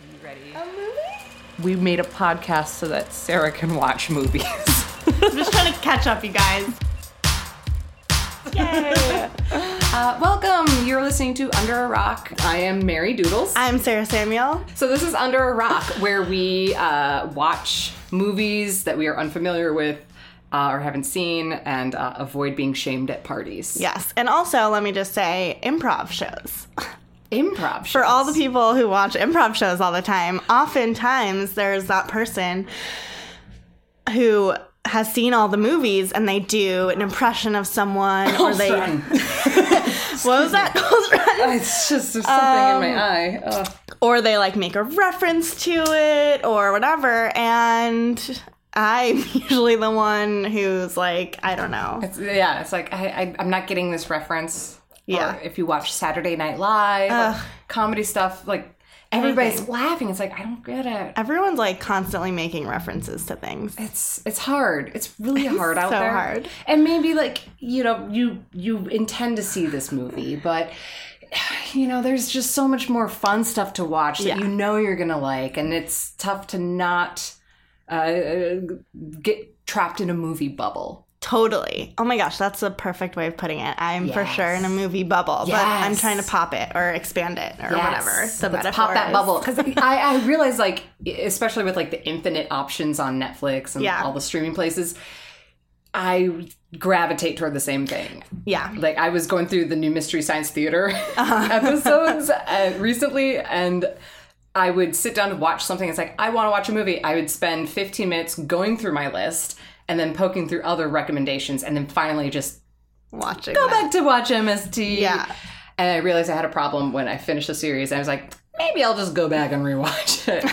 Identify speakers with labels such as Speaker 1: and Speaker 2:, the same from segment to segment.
Speaker 1: You ready?
Speaker 2: A movie?
Speaker 1: We made a podcast so that Sarah can watch movies.
Speaker 3: I'm just trying to catch up, you guys.
Speaker 2: Yay!
Speaker 1: Uh, welcome. You're listening to Under a Rock. I am Mary Doodles.
Speaker 3: I'm Sarah Samuel.
Speaker 1: So this is Under a Rock, where we uh, watch movies that we are unfamiliar with uh, or haven't seen, and uh, avoid being shamed at parties.
Speaker 3: Yes, and also let me just say improv shows.
Speaker 1: Improv.
Speaker 3: For all the people who watch improv shows all the time, oftentimes there's that person who has seen all the movies and they do an impression of someone or they what was that called?
Speaker 1: it's just there's something in my eye. Ugh.
Speaker 3: or they like make a reference to it or whatever and I'm usually the one who's like, I don't know.
Speaker 1: It's, yeah, it's like I, I, I'm not getting this reference.
Speaker 3: Yeah.
Speaker 1: Or if you watch Saturday Night Live, or comedy stuff, like everybody's laughing. It's like I don't get it.
Speaker 3: Everyone's like constantly making references to things.
Speaker 1: It's it's hard. It's really hard out
Speaker 3: so
Speaker 1: there.
Speaker 3: hard.
Speaker 1: And maybe like you know you you intend to see this movie, but you know there's just so much more fun stuff to watch that
Speaker 3: Yeah.
Speaker 1: you know you're gonna like, and it's tough to not uh, get trapped in a movie bubble.
Speaker 3: Totally. Oh my gosh, that's the perfect way of putting it. I'm for
Speaker 1: Yes.
Speaker 3: sure in a movie bubble, but I'm
Speaker 1: Yes.
Speaker 3: trying to pop it or expand it or whatever.
Speaker 1: Yes.
Speaker 3: The
Speaker 1: Let's
Speaker 3: metaphor
Speaker 1: pop that
Speaker 3: is.
Speaker 1: bubble because I, I realize like especially with like the infinite options on Netflix and
Speaker 3: Yeah.
Speaker 1: all the streaming places, I gravitate toward the same thing.
Speaker 3: Yeah.
Speaker 1: Like I was going through the new Mystery Science Theater
Speaker 3: Uh-huh.
Speaker 1: episodes uh, recently, and I would sit down to watch something. It's like I want to watch a movie. I would spend 15 minutes going through my list and then poking through other recommendations, and then finally just
Speaker 3: Watching.
Speaker 1: go
Speaker 3: that.
Speaker 1: back to watch MST.
Speaker 3: Yeah.
Speaker 1: And I realized I had a problem when I finished the series. I was like, maybe I'll just go back and rewatch it.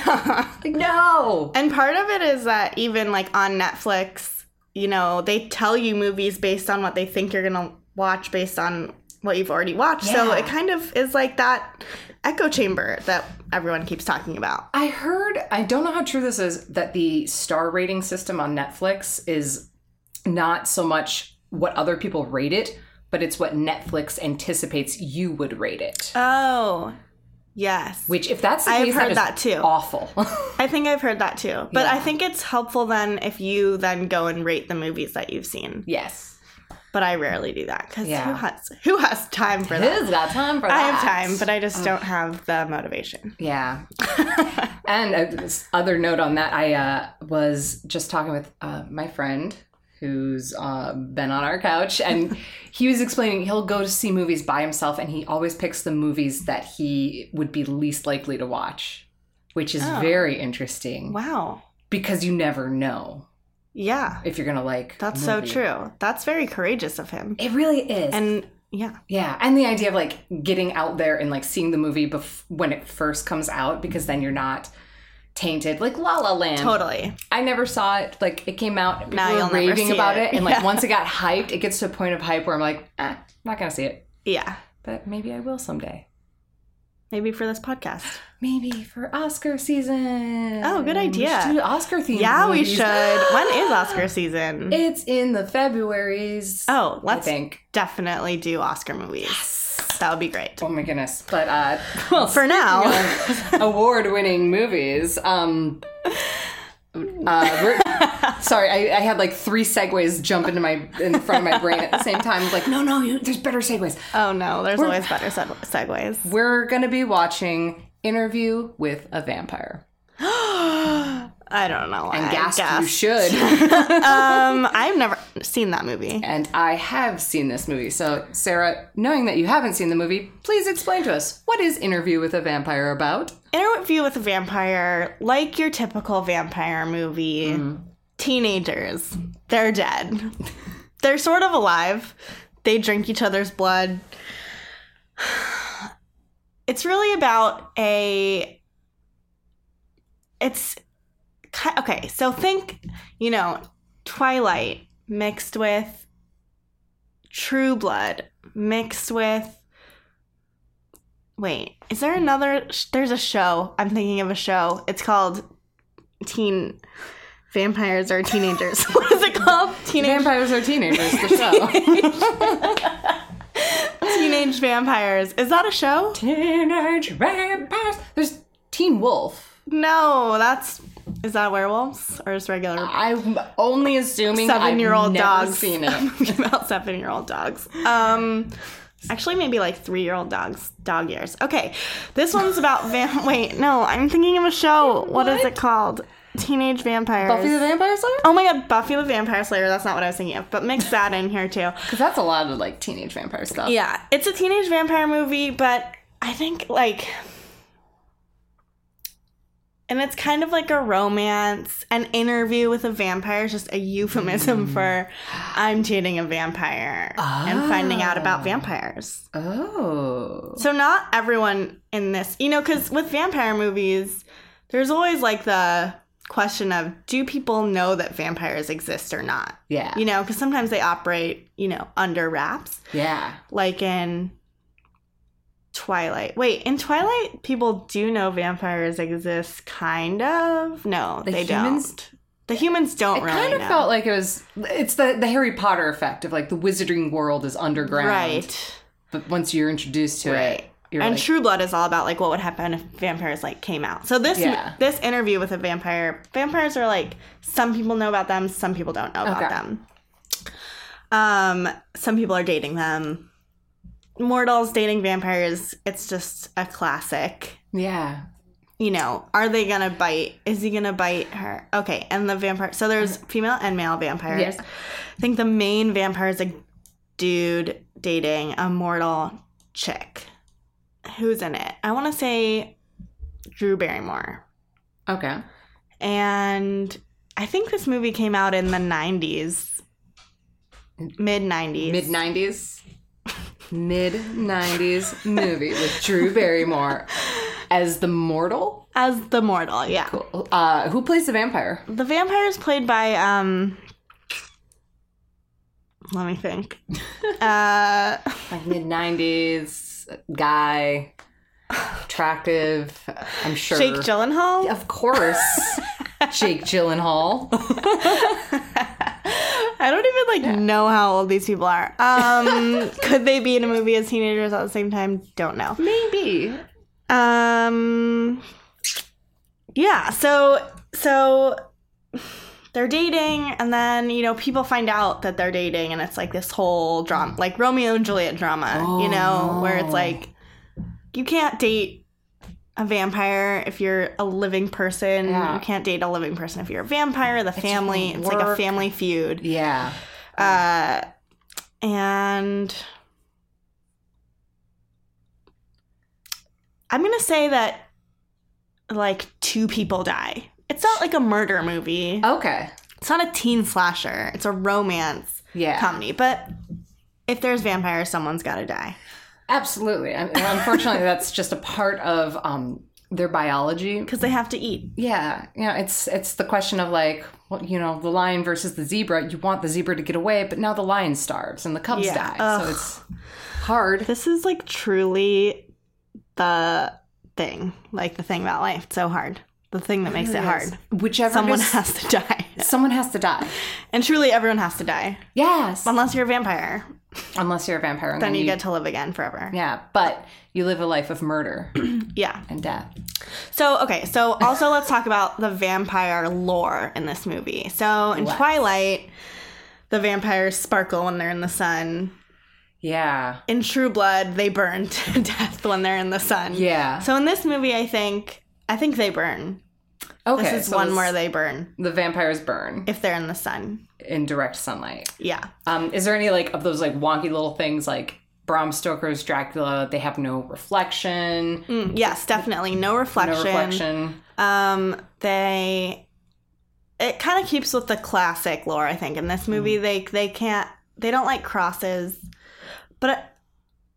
Speaker 1: like, no.
Speaker 3: And part of it is that even like on Netflix, you know, they tell you movies based on what they think you're going to watch based on what you've already watched. So
Speaker 1: Yeah.
Speaker 3: it kind of is like that echo chamber that everyone keeps talking about.
Speaker 1: I heard, I don't know how true this is, that the star rating system on Netflix is not so much what other people rate it, but it's what Netflix anticipates you would rate it.
Speaker 3: Oh. Yes.
Speaker 1: Which, if that's the
Speaker 3: I've
Speaker 1: case,
Speaker 3: heard
Speaker 1: is
Speaker 3: that too.
Speaker 1: awful.
Speaker 3: I think I've heard that too. But
Speaker 1: Yeah.
Speaker 3: I think it's helpful then if you then go and rate the movies that you've seen.
Speaker 1: yes.
Speaker 3: But I rarely do that because
Speaker 1: Yeah.
Speaker 3: who has who has time for that?
Speaker 1: Who's got time for that?
Speaker 3: I have time, but I
Speaker 1: Oh.
Speaker 3: just don't have the motivation.
Speaker 1: Yeah. and uh, this other note on that, I uh, was just talking with uh, my friend who's uh, been on our couch, and he was explaining he'll go to see movies by himself, and he always picks the movies that he would be least likely to watch, which is
Speaker 3: Oh.
Speaker 1: very interesting
Speaker 3: Wow.
Speaker 1: because you never know
Speaker 3: Yeah.
Speaker 1: if you're going to like.
Speaker 3: That's
Speaker 1: a
Speaker 3: so
Speaker 1: movie.
Speaker 3: true. That's very courageous of him.
Speaker 1: It really is.
Speaker 3: And yeah.
Speaker 1: Yeah, and the idea of like getting out there and like seeing the movie bef- when it first comes out because then you're not tainted like La La Land.
Speaker 3: Totally.
Speaker 1: I never saw it. Like it came out, people
Speaker 3: Now
Speaker 1: were
Speaker 3: you'll never
Speaker 1: raving
Speaker 3: see
Speaker 1: about it,
Speaker 3: it.
Speaker 1: and like
Speaker 3: Yeah.
Speaker 1: once it got hyped, it gets to a point of hype where I'm like, eh, I'm not gonna see it,
Speaker 3: Yeah.
Speaker 1: but maybe I will someday.
Speaker 3: Maybe for this podcast.
Speaker 1: Maybe for Oscar season.
Speaker 3: Oh, good idea.
Speaker 1: We should do Oscar themed.
Speaker 3: Yeah, we should. when is Oscar season?
Speaker 1: It's in the Februarys.
Speaker 3: oh,
Speaker 1: I
Speaker 3: let's
Speaker 1: think.
Speaker 3: definitely do Oscar movies. That would be great.
Speaker 1: Oh my goodness. But uh well
Speaker 3: For now.
Speaker 1: award winning movies. Um uh, we're- sorry, I, I had like three segues jump into my in front of my brain at the same time. I was like, no, no, you, there's better segues.
Speaker 3: Oh no, there's always better seg- segues.
Speaker 1: We're gonna be watching Interview with a Vampire.
Speaker 3: I don't know. Why.
Speaker 1: And
Speaker 3: I
Speaker 1: gasp, you
Speaker 3: guess.
Speaker 1: should.
Speaker 3: um, I've never seen that movie.
Speaker 1: and I have seen this movie. So, Sarah, knowing that you haven't seen the movie, please explain to us what is Interview with a Vampire about?
Speaker 3: Interview with a vampire, like your typical vampire movie.
Speaker 1: Mm-hmm.
Speaker 3: Teenagers, they're dead. they're sort of alive. They drink each other's blood. It's really about a. It's ki- okay. So think, you know, Twilight mixed with True Blood mixed with Wait, is there another? Sh- there's a show. I'm thinking of a show. It's called Teen Vampires or Teenagers. what is it called? Teenage
Speaker 1: Vampires are teenagers, the show.
Speaker 3: Teenage Vampires. Is that a show?
Speaker 1: Teenage vampires. There's Teen Wolf.
Speaker 3: No, that's is that werewolves or is regular
Speaker 1: I'm only assuming I've
Speaker 3: seven year old
Speaker 1: never
Speaker 3: dogs?
Speaker 1: Seen
Speaker 3: A
Speaker 1: it.
Speaker 3: movie about seven year old dogs. Um, actually, maybe like three year old dogs, dog years. Okay, this one's about vam. Wait, no, I'm thinking of a show. what is
Speaker 1: What?
Speaker 3: it called? Teenage Vampires.
Speaker 1: Buffy the Vampire Slayer?
Speaker 3: Oh my god, Buffy the Vampire Slayer. That's not what I was thinking of, but mix that in here too.
Speaker 1: Because that's a lot of like teenage vampire stuff.
Speaker 3: Yeah, it's a teenage vampire movie, but I think like and it's kind of like a romance. An interview with a vampire is just a euphemism for I'm dating a vampire and finding out about vampires.
Speaker 1: Oh.
Speaker 3: So not everyone in this, you know, cuz with vampire movies, there's always like the question of do people know that vampires exist or not?
Speaker 1: Yeah.
Speaker 3: You know, cuz sometimes they operate, you know, under wraps
Speaker 1: yeah.
Speaker 3: like in Twilight. Wait, in Twilight, people do know vampires exist, kind of. No,
Speaker 1: The
Speaker 3: they
Speaker 1: humans-
Speaker 3: don't. The humans don't
Speaker 1: It
Speaker 3: really
Speaker 1: kind of
Speaker 3: know.
Speaker 1: felt like it was it's the the Harry Potter effect of like the wizarding world is underground.
Speaker 3: right,
Speaker 1: But once you're introduced to
Speaker 3: right.
Speaker 1: it, you're
Speaker 3: and
Speaker 1: like,
Speaker 3: True Blood is all about like what would happen if vampires like came out. So this
Speaker 1: Yeah.
Speaker 3: this interview with a vampire, vampires are like some people know about them, some people don't know about
Speaker 1: Okay.
Speaker 3: them. Um, some people are dating them. Mortals dating vampires. It's just a classic.
Speaker 1: Yeah.
Speaker 3: you know, are they gonna bite? Is he gonna bite her? Okay, and the vampire. So there's female and male vampires.
Speaker 1: Yeah.
Speaker 3: I think the main vampire is a dude dating a mortal chick. Who's in it? I want to say Drew Barrymore.
Speaker 1: Okay.
Speaker 3: And I think this movie came out in the 90s, mid 90s.
Speaker 1: Mid nineties. Mid nineties movie with Drew Barrymore as the mortal?
Speaker 3: As the mortal, yeah.
Speaker 1: Uh who plays the vampire?
Speaker 3: The vampire is played by um let me think. uh
Speaker 1: Like mid nineties guy. Attractive, I'm sure.
Speaker 3: Jake Gyllenhaal.
Speaker 1: Of course. Jake Gyllenhaal.
Speaker 3: I don't even like know how old these people are. Um could they be in a movie as teenagers at the same time? Don't know.
Speaker 1: Maybe.
Speaker 3: Um Yeah, so so they're dating and then, you know, people find out that they're dating and it's like this whole drama like Romeo and Juliet drama, you know, where it's
Speaker 1: Oh.
Speaker 3: like you can't date a vampire if you're a living person.
Speaker 1: Yeah.
Speaker 3: You can't date a living person if you're a vampire, the family. It's like a
Speaker 1: work.
Speaker 3: family feud.
Speaker 1: Yeah.
Speaker 3: Uh, and I'm gonna say that like two people die. It's not like a murder movie.
Speaker 1: Okay.
Speaker 3: It's not a teen slasher. It's a romance
Speaker 1: Yeah.
Speaker 3: comedy. But if there's vampires, someone's gotta die.
Speaker 1: Absolutely. I mean, unfortunately, that's just a part of um, their biology.
Speaker 3: Because they have to eat.
Speaker 1: Yeah. You know, it's it's the question of like, well, you know, the lion versus the zebra. You want the zebra to get away, but now the lion starves and the cubs
Speaker 3: Yeah.
Speaker 1: die.
Speaker 3: Ugh.
Speaker 1: So it's hard.
Speaker 3: This is like truly the thing. Like the thing about life. It's so hard. The thing that makes it hard.
Speaker 1: Whichever
Speaker 3: Someone
Speaker 1: does-
Speaker 3: has to die.
Speaker 1: someone has to die.
Speaker 3: And truly everyone has to die.
Speaker 1: Yes.
Speaker 3: Unless you're a vampire.
Speaker 1: Unless you're a vampire, and
Speaker 3: then you get to live again forever.
Speaker 1: yeah. But you live a life of murder
Speaker 3: Yeah.
Speaker 1: and death.
Speaker 3: So, okay. So, also, let's talk about the vampire lore in this movie. So, in
Speaker 1: Let's.
Speaker 3: Twilight, the vampires sparkle when they're in the sun.
Speaker 1: Yeah.
Speaker 3: In True Blood, they burn to death when they're in the sun.
Speaker 1: Yeah.
Speaker 3: So, in this movie, I think I think they burn.
Speaker 1: okay.
Speaker 3: This is
Speaker 1: so
Speaker 3: one
Speaker 1: this-
Speaker 3: where they burn
Speaker 1: the vampires burn
Speaker 3: if they're in the sun.
Speaker 1: in direct sunlight.
Speaker 3: Yeah.
Speaker 1: Um, is there any like of those like wonky little things like Bram Stoker's Dracula? They have no reflection,
Speaker 3: Mm, yes, definitely. No reflection.
Speaker 1: no reflection.
Speaker 3: Um, they it kind of keeps with the classic lore, I think. In this
Speaker 1: Mm.
Speaker 3: movie, they they can't they don't like crosses, but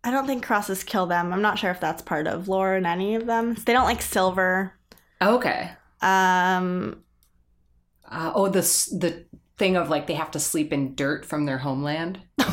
Speaker 3: I don't think crosses kill them. I'm not sure if that's part of lore in any of them. They don't like silver.
Speaker 1: Okay.
Speaker 3: Um,
Speaker 1: Uh, oh, the s- the thing of like they have to sleep in dirt from their homeland. eh,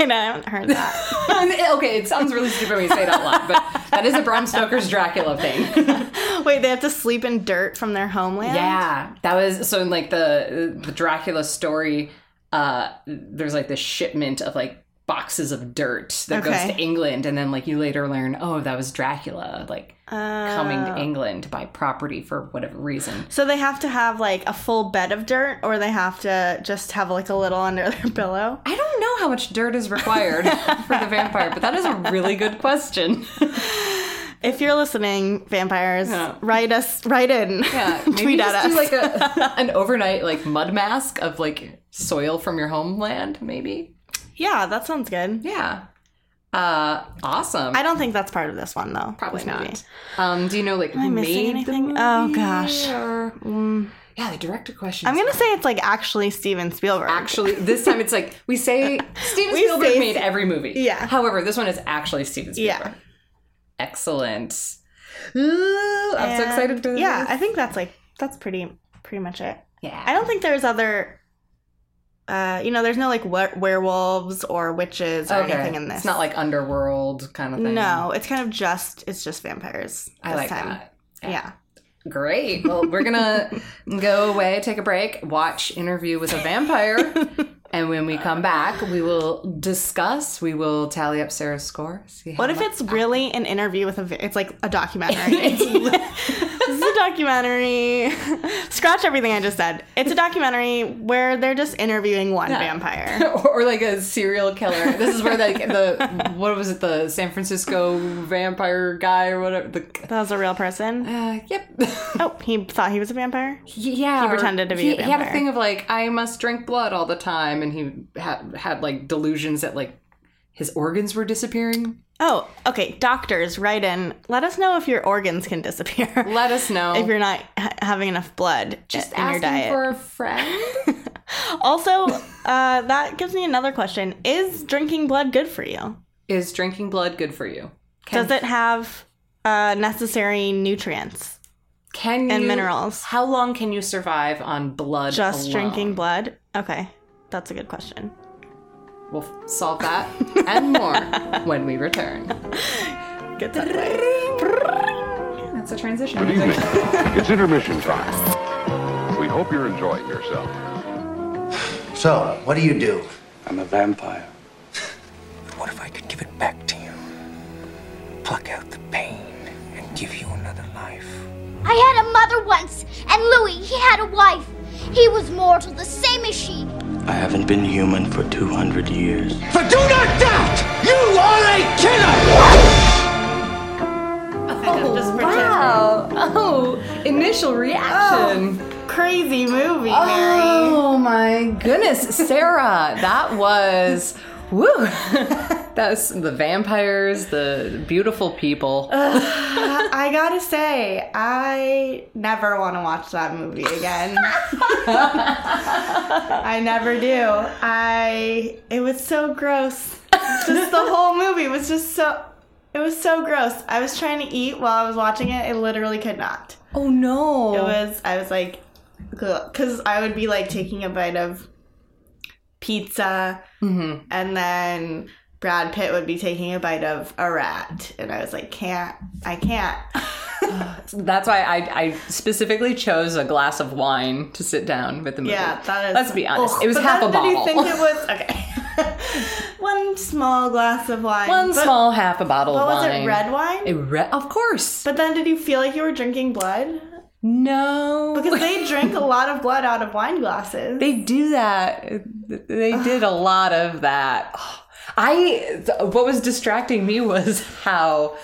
Speaker 3: and I haven't heard that.
Speaker 1: okay, it sounds really stupid when you say it out loud, but that is a Bram Stoker's Dracula thing.
Speaker 3: Wait, they have to sleep in dirt from their homeland.
Speaker 1: Yeah, that was so in like the the Dracula story. Uh, there's like this shipment of like boxes of dirt that
Speaker 3: Okay.
Speaker 1: goes to England, and then like you later learn, oh, that was Dracula, like coming to England to buy property for whatever reason.
Speaker 3: So they have to have like a full bed of dirt, or they have to just have like a little under their pillow.
Speaker 1: I don't know how much dirt is required for the vampire, but that is a really good question.
Speaker 3: If you're listening, vampires,
Speaker 1: Yeah.
Speaker 3: write us, write in,
Speaker 1: Yeah, maybe
Speaker 3: tweet at
Speaker 1: just
Speaker 3: us.
Speaker 1: do like a an overnight like mud mask of like soil from your homeland, maybe.
Speaker 3: yeah, that sounds good.
Speaker 1: Yeah. Uh, awesome.
Speaker 3: I don't think that's part of this one though.
Speaker 1: Probably
Speaker 3: this movie.
Speaker 1: not. Um, do you know like who
Speaker 3: Am I missing
Speaker 1: made
Speaker 3: anything?
Speaker 1: the movie?
Speaker 3: Oh, gosh.
Speaker 1: or- Yeah, the director question.
Speaker 3: Mm. I'm gonna say it's like actually Steven Spielberg.
Speaker 1: actually this time it's like we say Steven
Speaker 3: We
Speaker 1: Spielberg
Speaker 3: say-
Speaker 1: made every movie.
Speaker 3: Yeah.
Speaker 1: However, this one is actually Steven
Speaker 3: Yeah.
Speaker 1: Spielberg. Excellent. Ooh, I'm so excited for
Speaker 3: And-
Speaker 1: this.
Speaker 3: Yeah, I think that's like that's pretty pretty much it.
Speaker 1: yeah.
Speaker 3: I don't think there's other. Uh, you know, there's no like were- werewolves or witches or anything in this.
Speaker 1: It's not like underworld kind of thing.
Speaker 3: no, it's kind of just it's just vampires.
Speaker 1: I
Speaker 3: this
Speaker 1: like
Speaker 3: time.
Speaker 1: that.
Speaker 3: Yeah.
Speaker 1: Great. Well, we're gonna go away, take a break, watch Interview with a Vampire, and when we come back, we will discuss. We will tally up Sarah's score. See how
Speaker 3: What if
Speaker 1: much-
Speaker 3: it's really an interview with a? va- It's like a documentary. this is a documentary. Scratch everything I just said. It's a documentary where they're just interviewing one vampire.
Speaker 1: or like a serial killer? This is where like the what was it? The San Francisco vampire guy or whatever. The
Speaker 3: That was a real person.
Speaker 1: uh, yep.
Speaker 3: Oh, he thought he was a vampire.
Speaker 1: yeah, he
Speaker 3: pretended to be a
Speaker 1: He had a
Speaker 3: vampire.
Speaker 1: thing of like I must drink blood all the time, and he had had like delusions that like his organs were disappearing.
Speaker 3: Oh, okay. Doctors, write in. Let us know if your organs can disappear.
Speaker 1: Let us know.
Speaker 3: if you're not ha- having enough blood
Speaker 1: just
Speaker 3: in your
Speaker 1: asking
Speaker 3: diet.
Speaker 1: for a friend.
Speaker 3: also, uh, that gives me another question: Is drinking blood good for you?
Speaker 1: Is drinking blood good for you? Can,
Speaker 3: Does it have uh, necessary nutrients?
Speaker 1: can
Speaker 3: and
Speaker 1: you-
Speaker 3: minerals.
Speaker 1: How long can you survive on blood?
Speaker 3: Just
Speaker 1: alone?
Speaker 3: drinking blood? Okay, that's a good question.
Speaker 1: We'll f- solve that and more when we return.
Speaker 3: Good segue.
Speaker 1: That's a transition.
Speaker 2: Good evening. It's intermission time. We hope you're enjoying yourself.
Speaker 4: So, what do you do?
Speaker 5: I'm a vampire.
Speaker 6: What if I could give it back to you? Pluck out the pain and give you another life.
Speaker 7: I had a mother once, and Louis, he had a wife. He was mortal, the same as she.
Speaker 5: I haven't been human for 200 years.
Speaker 4: For do not doubt, you are a killer!
Speaker 3: Just
Speaker 1: Wow. Oh, initial reaction.
Speaker 3: pretend- Crazy movie, Mary.
Speaker 1: Oh my goodness, Sarah, that was woo. that was the vampires, the beautiful people.
Speaker 3: I gotta say, I never want to watch that movie again. I never do. I it was so gross. Just the whole movie was just so it was so gross. I was trying to eat while I was watching it. I literally could not.
Speaker 1: oh no.
Speaker 3: It was I was like cuz I would be like taking a bite of pizza
Speaker 1: Mm-hmm.
Speaker 3: and then Brad Pitt would be taking a bite of a rat and I was like can't I can't
Speaker 1: That's why I, I specifically chose a glass of wine to sit down with the movie.
Speaker 3: Yeah, that is.
Speaker 1: Let's be honest.
Speaker 3: Ugh,
Speaker 1: it was
Speaker 3: but
Speaker 1: half a
Speaker 3: then
Speaker 1: bottle.
Speaker 3: Did you think it was okay? One small glass of wine.
Speaker 1: One
Speaker 3: but-
Speaker 1: small half a bottle of
Speaker 3: But was
Speaker 1: wine.
Speaker 3: it red wine?
Speaker 1: It re- of course.
Speaker 3: but then, did you feel like you were drinking blood?
Speaker 1: no.
Speaker 3: Because they drink a lot of blood out of wine glasses.
Speaker 1: They do that. They did a lot of that. I what was distracting me was how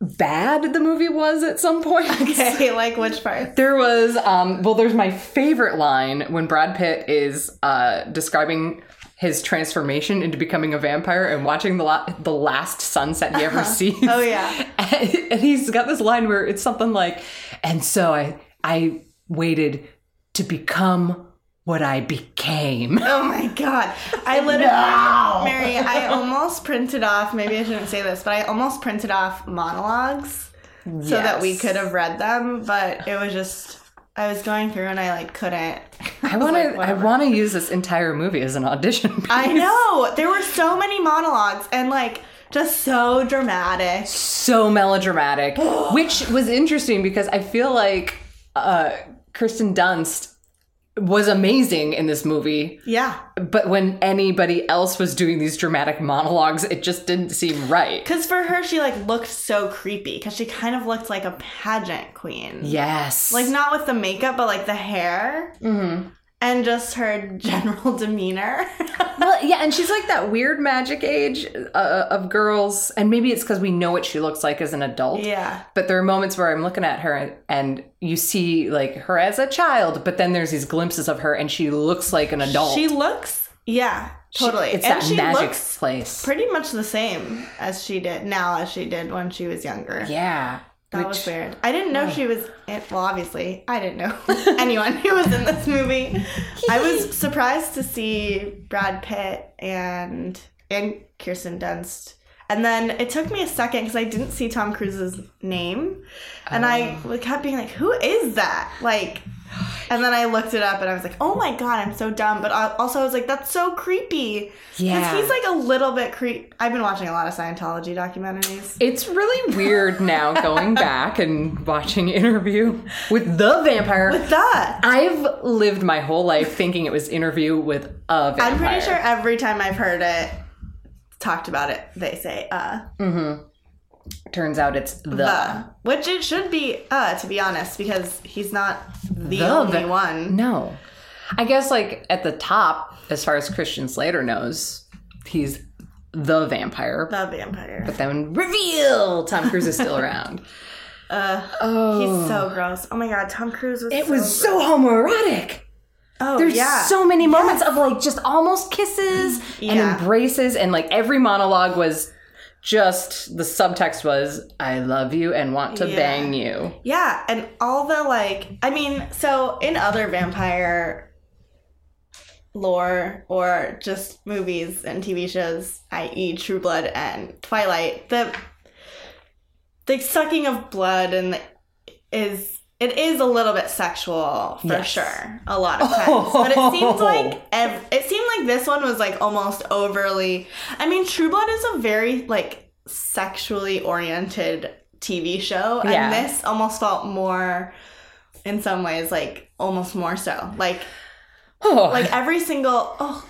Speaker 1: bad the movie was at some point.
Speaker 3: okay, like which part?
Speaker 1: There was um well there's my favorite line when Brad Pitt is uh describing his transformation into becoming a vampire and watching the la- the last sunset he ever sees.
Speaker 3: Oh, yeah.
Speaker 1: And, and he's got this line where it's something like and so I I waited to become what I became.
Speaker 3: Oh my god! I literally, Mary, I almost printed off. Maybe I shouldn't say this, but I almost printed off monologues so that we
Speaker 1: Yes.
Speaker 3: could have read them. But it was just, I was going through and I like couldn't.
Speaker 1: I want to
Speaker 3: like,
Speaker 1: I
Speaker 3: whatever.
Speaker 1: want to use this entire movie as an audition.
Speaker 3: I
Speaker 1: piece.
Speaker 3: know. There were so many monologues and like just so dramatic.
Speaker 1: so melodramatic, which was interesting because I feel like uh, Kristen Dunst was amazing in this movie,
Speaker 3: Yeah.
Speaker 1: but when anybody else was doing these dramatic monologues, it just didn't seem right.
Speaker 3: Because for her, she like looked so creepy because she kind of looked like a pageant queen.
Speaker 1: Yes.
Speaker 3: Like not with the makeup, but like the hair
Speaker 1: Mm-hmm.
Speaker 3: and just her general demeanor.
Speaker 1: Well, yeah, and she's like that weird magic age uh, of girls, and maybe it's because we know what she looks like as an adult.
Speaker 3: yeah.
Speaker 1: But there are moments where I'm looking at her and, and you see like her as a child, but then there's these glimpses of her and she looks like an adult.
Speaker 3: She looks, yeah,
Speaker 1: She-
Speaker 3: totally.
Speaker 1: it's
Speaker 3: and
Speaker 1: that
Speaker 3: she
Speaker 1: magic
Speaker 3: looks
Speaker 1: place.
Speaker 3: pretty much the same as she did now as she did when she was younger.
Speaker 1: yeah.
Speaker 3: That was weird. I didn't know she was. In, well, obviously, I didn't know anyone who was in this movie. I was surprised to see Brad Pitt and and Kirsten Dunst, and then it took me a second because I didn't see Tom Cruise's name, and I kept being like, "Who is that?" Like, and then I looked it up, and I was like, "Oh my god, I'm so dumb!" But I- also, I was like, "That's so creepy."
Speaker 1: Yeah.
Speaker 3: he's like a little bit creep. I've been watching a lot of Scientology documentaries.
Speaker 1: It's really weird now going back and watching Interview with the vampire.
Speaker 3: That.
Speaker 1: I've lived my whole life thinking it was Interview with a vampire.
Speaker 3: I'm pretty sure every time I've heard it talked about it, they say uh
Speaker 1: Turns out it's the.
Speaker 3: the. Which it should be uh, to be honest, because he's not the,
Speaker 1: The
Speaker 3: only
Speaker 1: va-
Speaker 3: one.
Speaker 1: No. I guess, like, at the top, as far as Christian Slater knows, he's the vampire.
Speaker 3: The vampire.
Speaker 1: But then, reveal! Tom Cruise is still around. oh.
Speaker 3: He's so gross. Oh my god, Tom Cruise was
Speaker 1: it
Speaker 3: so
Speaker 1: was so homoerotic.
Speaker 3: Oh
Speaker 1: There's
Speaker 3: yeah.
Speaker 1: so many moments of like just almost kisses and
Speaker 3: Yeah.
Speaker 1: embraces, and like every monologue was just the subtext was "I love you and want to
Speaker 3: Yeah.
Speaker 1: bang you."
Speaker 3: Yeah, and all the like, I mean, so in other vampire lore or just movies and TV shows, i.e., True Blood and Twilight, the the sucking of blood and the, is it is a little bit sexual for
Speaker 1: Yes.
Speaker 3: sure a lot of times but it seems like ev- it seemed like this one was like almost overly i mean true blood is a very like sexually oriented tv show
Speaker 1: Yeah.
Speaker 3: and this almost felt more in some ways like almost more so like
Speaker 1: Oh,
Speaker 3: like every single oh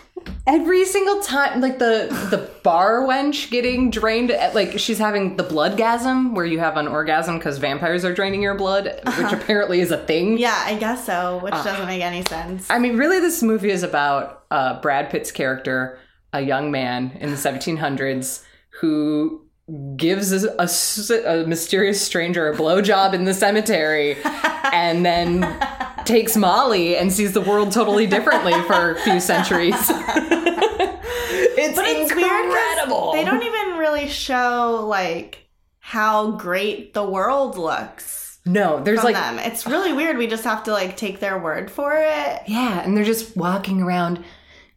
Speaker 1: every single time, like the the bar wench getting drained, at, like she's having the bloodgasm, where you have an orgasm because vampires are draining your blood, which apparently is a thing.
Speaker 3: Uh-huh. yeah i guess so which doesn't make any sense
Speaker 1: I mean, really, this movie is about uh, Brad Pitt's character, a young man in the 1700s who gives a, a s- a mysterious stranger a blowjob in the cemetery and then takes Molly and sees the world totally differently for a few centuries. it's
Speaker 3: But it's weird 'cause
Speaker 1: incredible.
Speaker 3: they don't even really show like how great the world looks
Speaker 1: No, there's
Speaker 3: from
Speaker 1: like
Speaker 3: them. It's really weird. We just have to like take their word for it.
Speaker 1: Yeah, and they're just walking around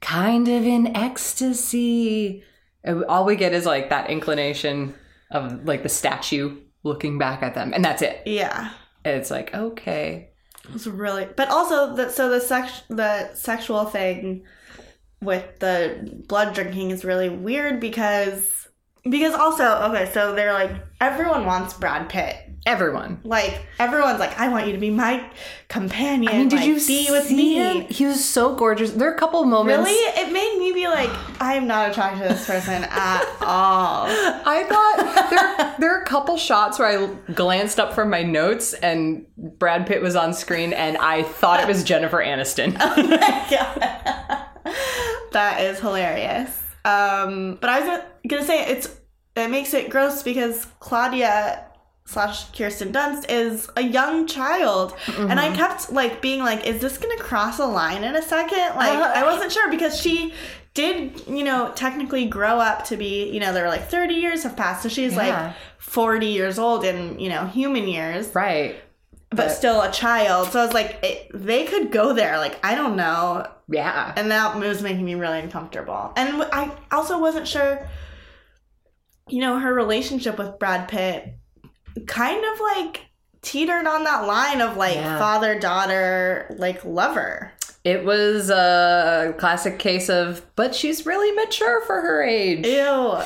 Speaker 1: kind of in ecstasy. And All we get is like that inclination of like the statue looking back at them, and that's it.
Speaker 3: Yeah.
Speaker 1: And It's like, okay.
Speaker 3: It's really But also the so the sex the sexual thing with the blood drinking is really weird because because also okay, so they're like everyone wants Brad Pitt.
Speaker 1: Everyone.
Speaker 3: Like everyone's like, I want you to be my companion.
Speaker 1: I mean, did
Speaker 3: like,
Speaker 1: you
Speaker 3: be
Speaker 1: see
Speaker 3: with me?
Speaker 1: him? He was so gorgeous. There are a couple moments.
Speaker 3: Really, it made me be like, I am not attracted to this person at all.
Speaker 1: I thought there there are a couple shots where I glanced up from my notes and Brad Pitt was on screen, and I thought it was Jennifer Aniston.
Speaker 3: that is hilarious. Um, but I was gonna say it's it makes it gross because Claudia slash Kirsten Dunst is a young child, and I kept like being like, is this gonna cross a line in a second? Like I wasn't sure because she did you know technically grow up to be you know there were like 30 years have passed so she's
Speaker 1: Yeah.
Speaker 3: like 40 years old in you know human years
Speaker 1: right.
Speaker 3: but still a child. So I was like, it, they could go there. Like, I don't know.
Speaker 1: Yeah.
Speaker 3: And that was making me really uncomfortable. And w- I also wasn't sure, you know, her relationship with Brad Pitt kind of like teetered on that line of like
Speaker 1: Yeah.
Speaker 3: father daughter, like lover.
Speaker 1: It was a classic case of, but she's really mature for her age.
Speaker 3: Ew.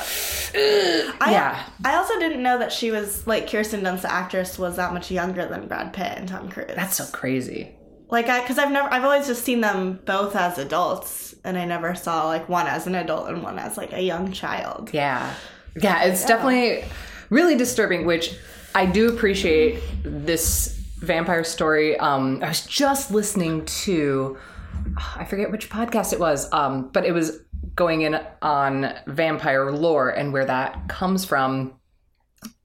Speaker 3: I,
Speaker 1: Yeah.
Speaker 3: I also didn't know that she was like Kirsten Dunst, the actress, was that much younger than Brad Pitt and Tom Cruise.
Speaker 1: That's so crazy.
Speaker 3: Like I, because I've never, I've always just seen them both as adults, and I never saw like one as an adult and one as like a young child.
Speaker 1: Yeah. Yeah, it's definitely really disturbing, which I do appreciate this vampire story. Um, I was just listening to, I forget which podcast it was, um, but it was going in on vampire lore and where that comes from.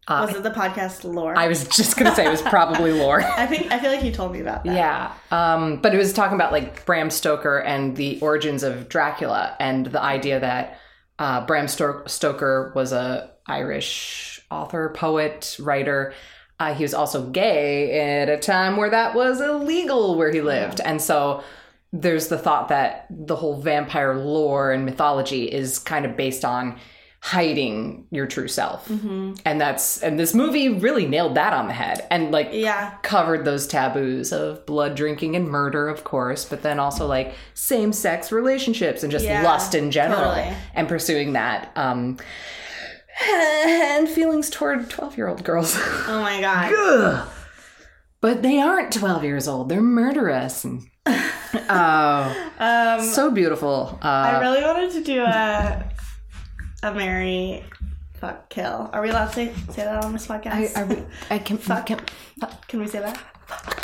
Speaker 3: Was it the podcast lore?
Speaker 1: Uh, I
Speaker 3: I,
Speaker 1: was just going to say it was probably lore.
Speaker 3: think I feel like you told me about that.
Speaker 1: Yeah. Um, but it was talking about like Bram Stoker and the origins of Dracula and the idea that uh, Bram Sto- Stoker was a Irish author, poet, writer. Uh, he was also gay at a time where that was illegal where he lived. And so there's the thought that the whole vampire lore and mythology is kind of based on hiding your true self. And that's and this movie really nailed that on the head. And like
Speaker 3: Yeah.
Speaker 1: covered those taboos of blood drinking and murder, of course, but then also like same sex relationships and just
Speaker 3: Yeah,
Speaker 1: lust in general
Speaker 3: totally.
Speaker 1: and pursuing that. Um, and feelings toward 12 year old girls.
Speaker 3: Oh my god.
Speaker 1: but they aren't 12 years old, they're murderous. And, oh,
Speaker 3: Um,
Speaker 1: so beautiful.
Speaker 3: I
Speaker 1: Uh,
Speaker 3: really wanted to do a a Mary fuck kill. Are we allowed to say, say that on this
Speaker 1: I,
Speaker 3: podcast?
Speaker 1: I, re- I can, I can
Speaker 3: Can we say that?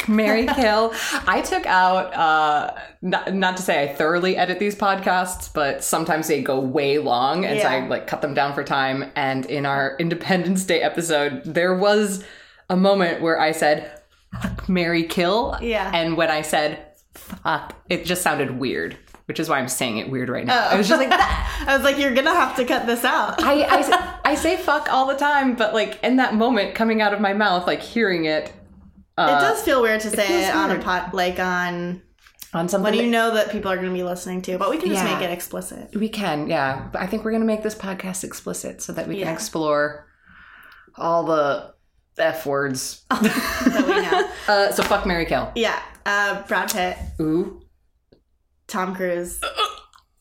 Speaker 1: Mary Kill. I took out, uh, not, not to say I thoroughly edit these podcasts, but sometimes they go way long. And so I
Speaker 3: Yeah.
Speaker 1: like cut them down for time. And in our Independence Day episode, there was a moment where I said, fuck, Mary Kill.
Speaker 3: Yeah.
Speaker 1: And when I said, fuck, it just sounded weird, which is why I'm saying it weird right
Speaker 3: Oh.
Speaker 1: now. I was just like,
Speaker 3: I was like, you're gonna have to cut this out.
Speaker 1: I, I, s- I say fuck all the time, but like in that moment coming out of my mouth, like hearing it
Speaker 3: it does feel weird to say
Speaker 1: feels
Speaker 3: it on a
Speaker 1: weird.
Speaker 3: pot, like on
Speaker 1: on something.
Speaker 3: when
Speaker 1: that-
Speaker 3: you know that people are gonna be listening to, but we can just
Speaker 1: Yeah.
Speaker 3: make it explicit.
Speaker 1: We can, yeah. But I think we're going to make this podcast explicit so that we
Speaker 3: Yeah.
Speaker 1: can explore all the F words.
Speaker 3: But we know.
Speaker 1: Uh, so fuck Mary Kill.
Speaker 3: yeah. Uh, Brad Pitt,
Speaker 1: Ooh.
Speaker 3: Tom Cruise.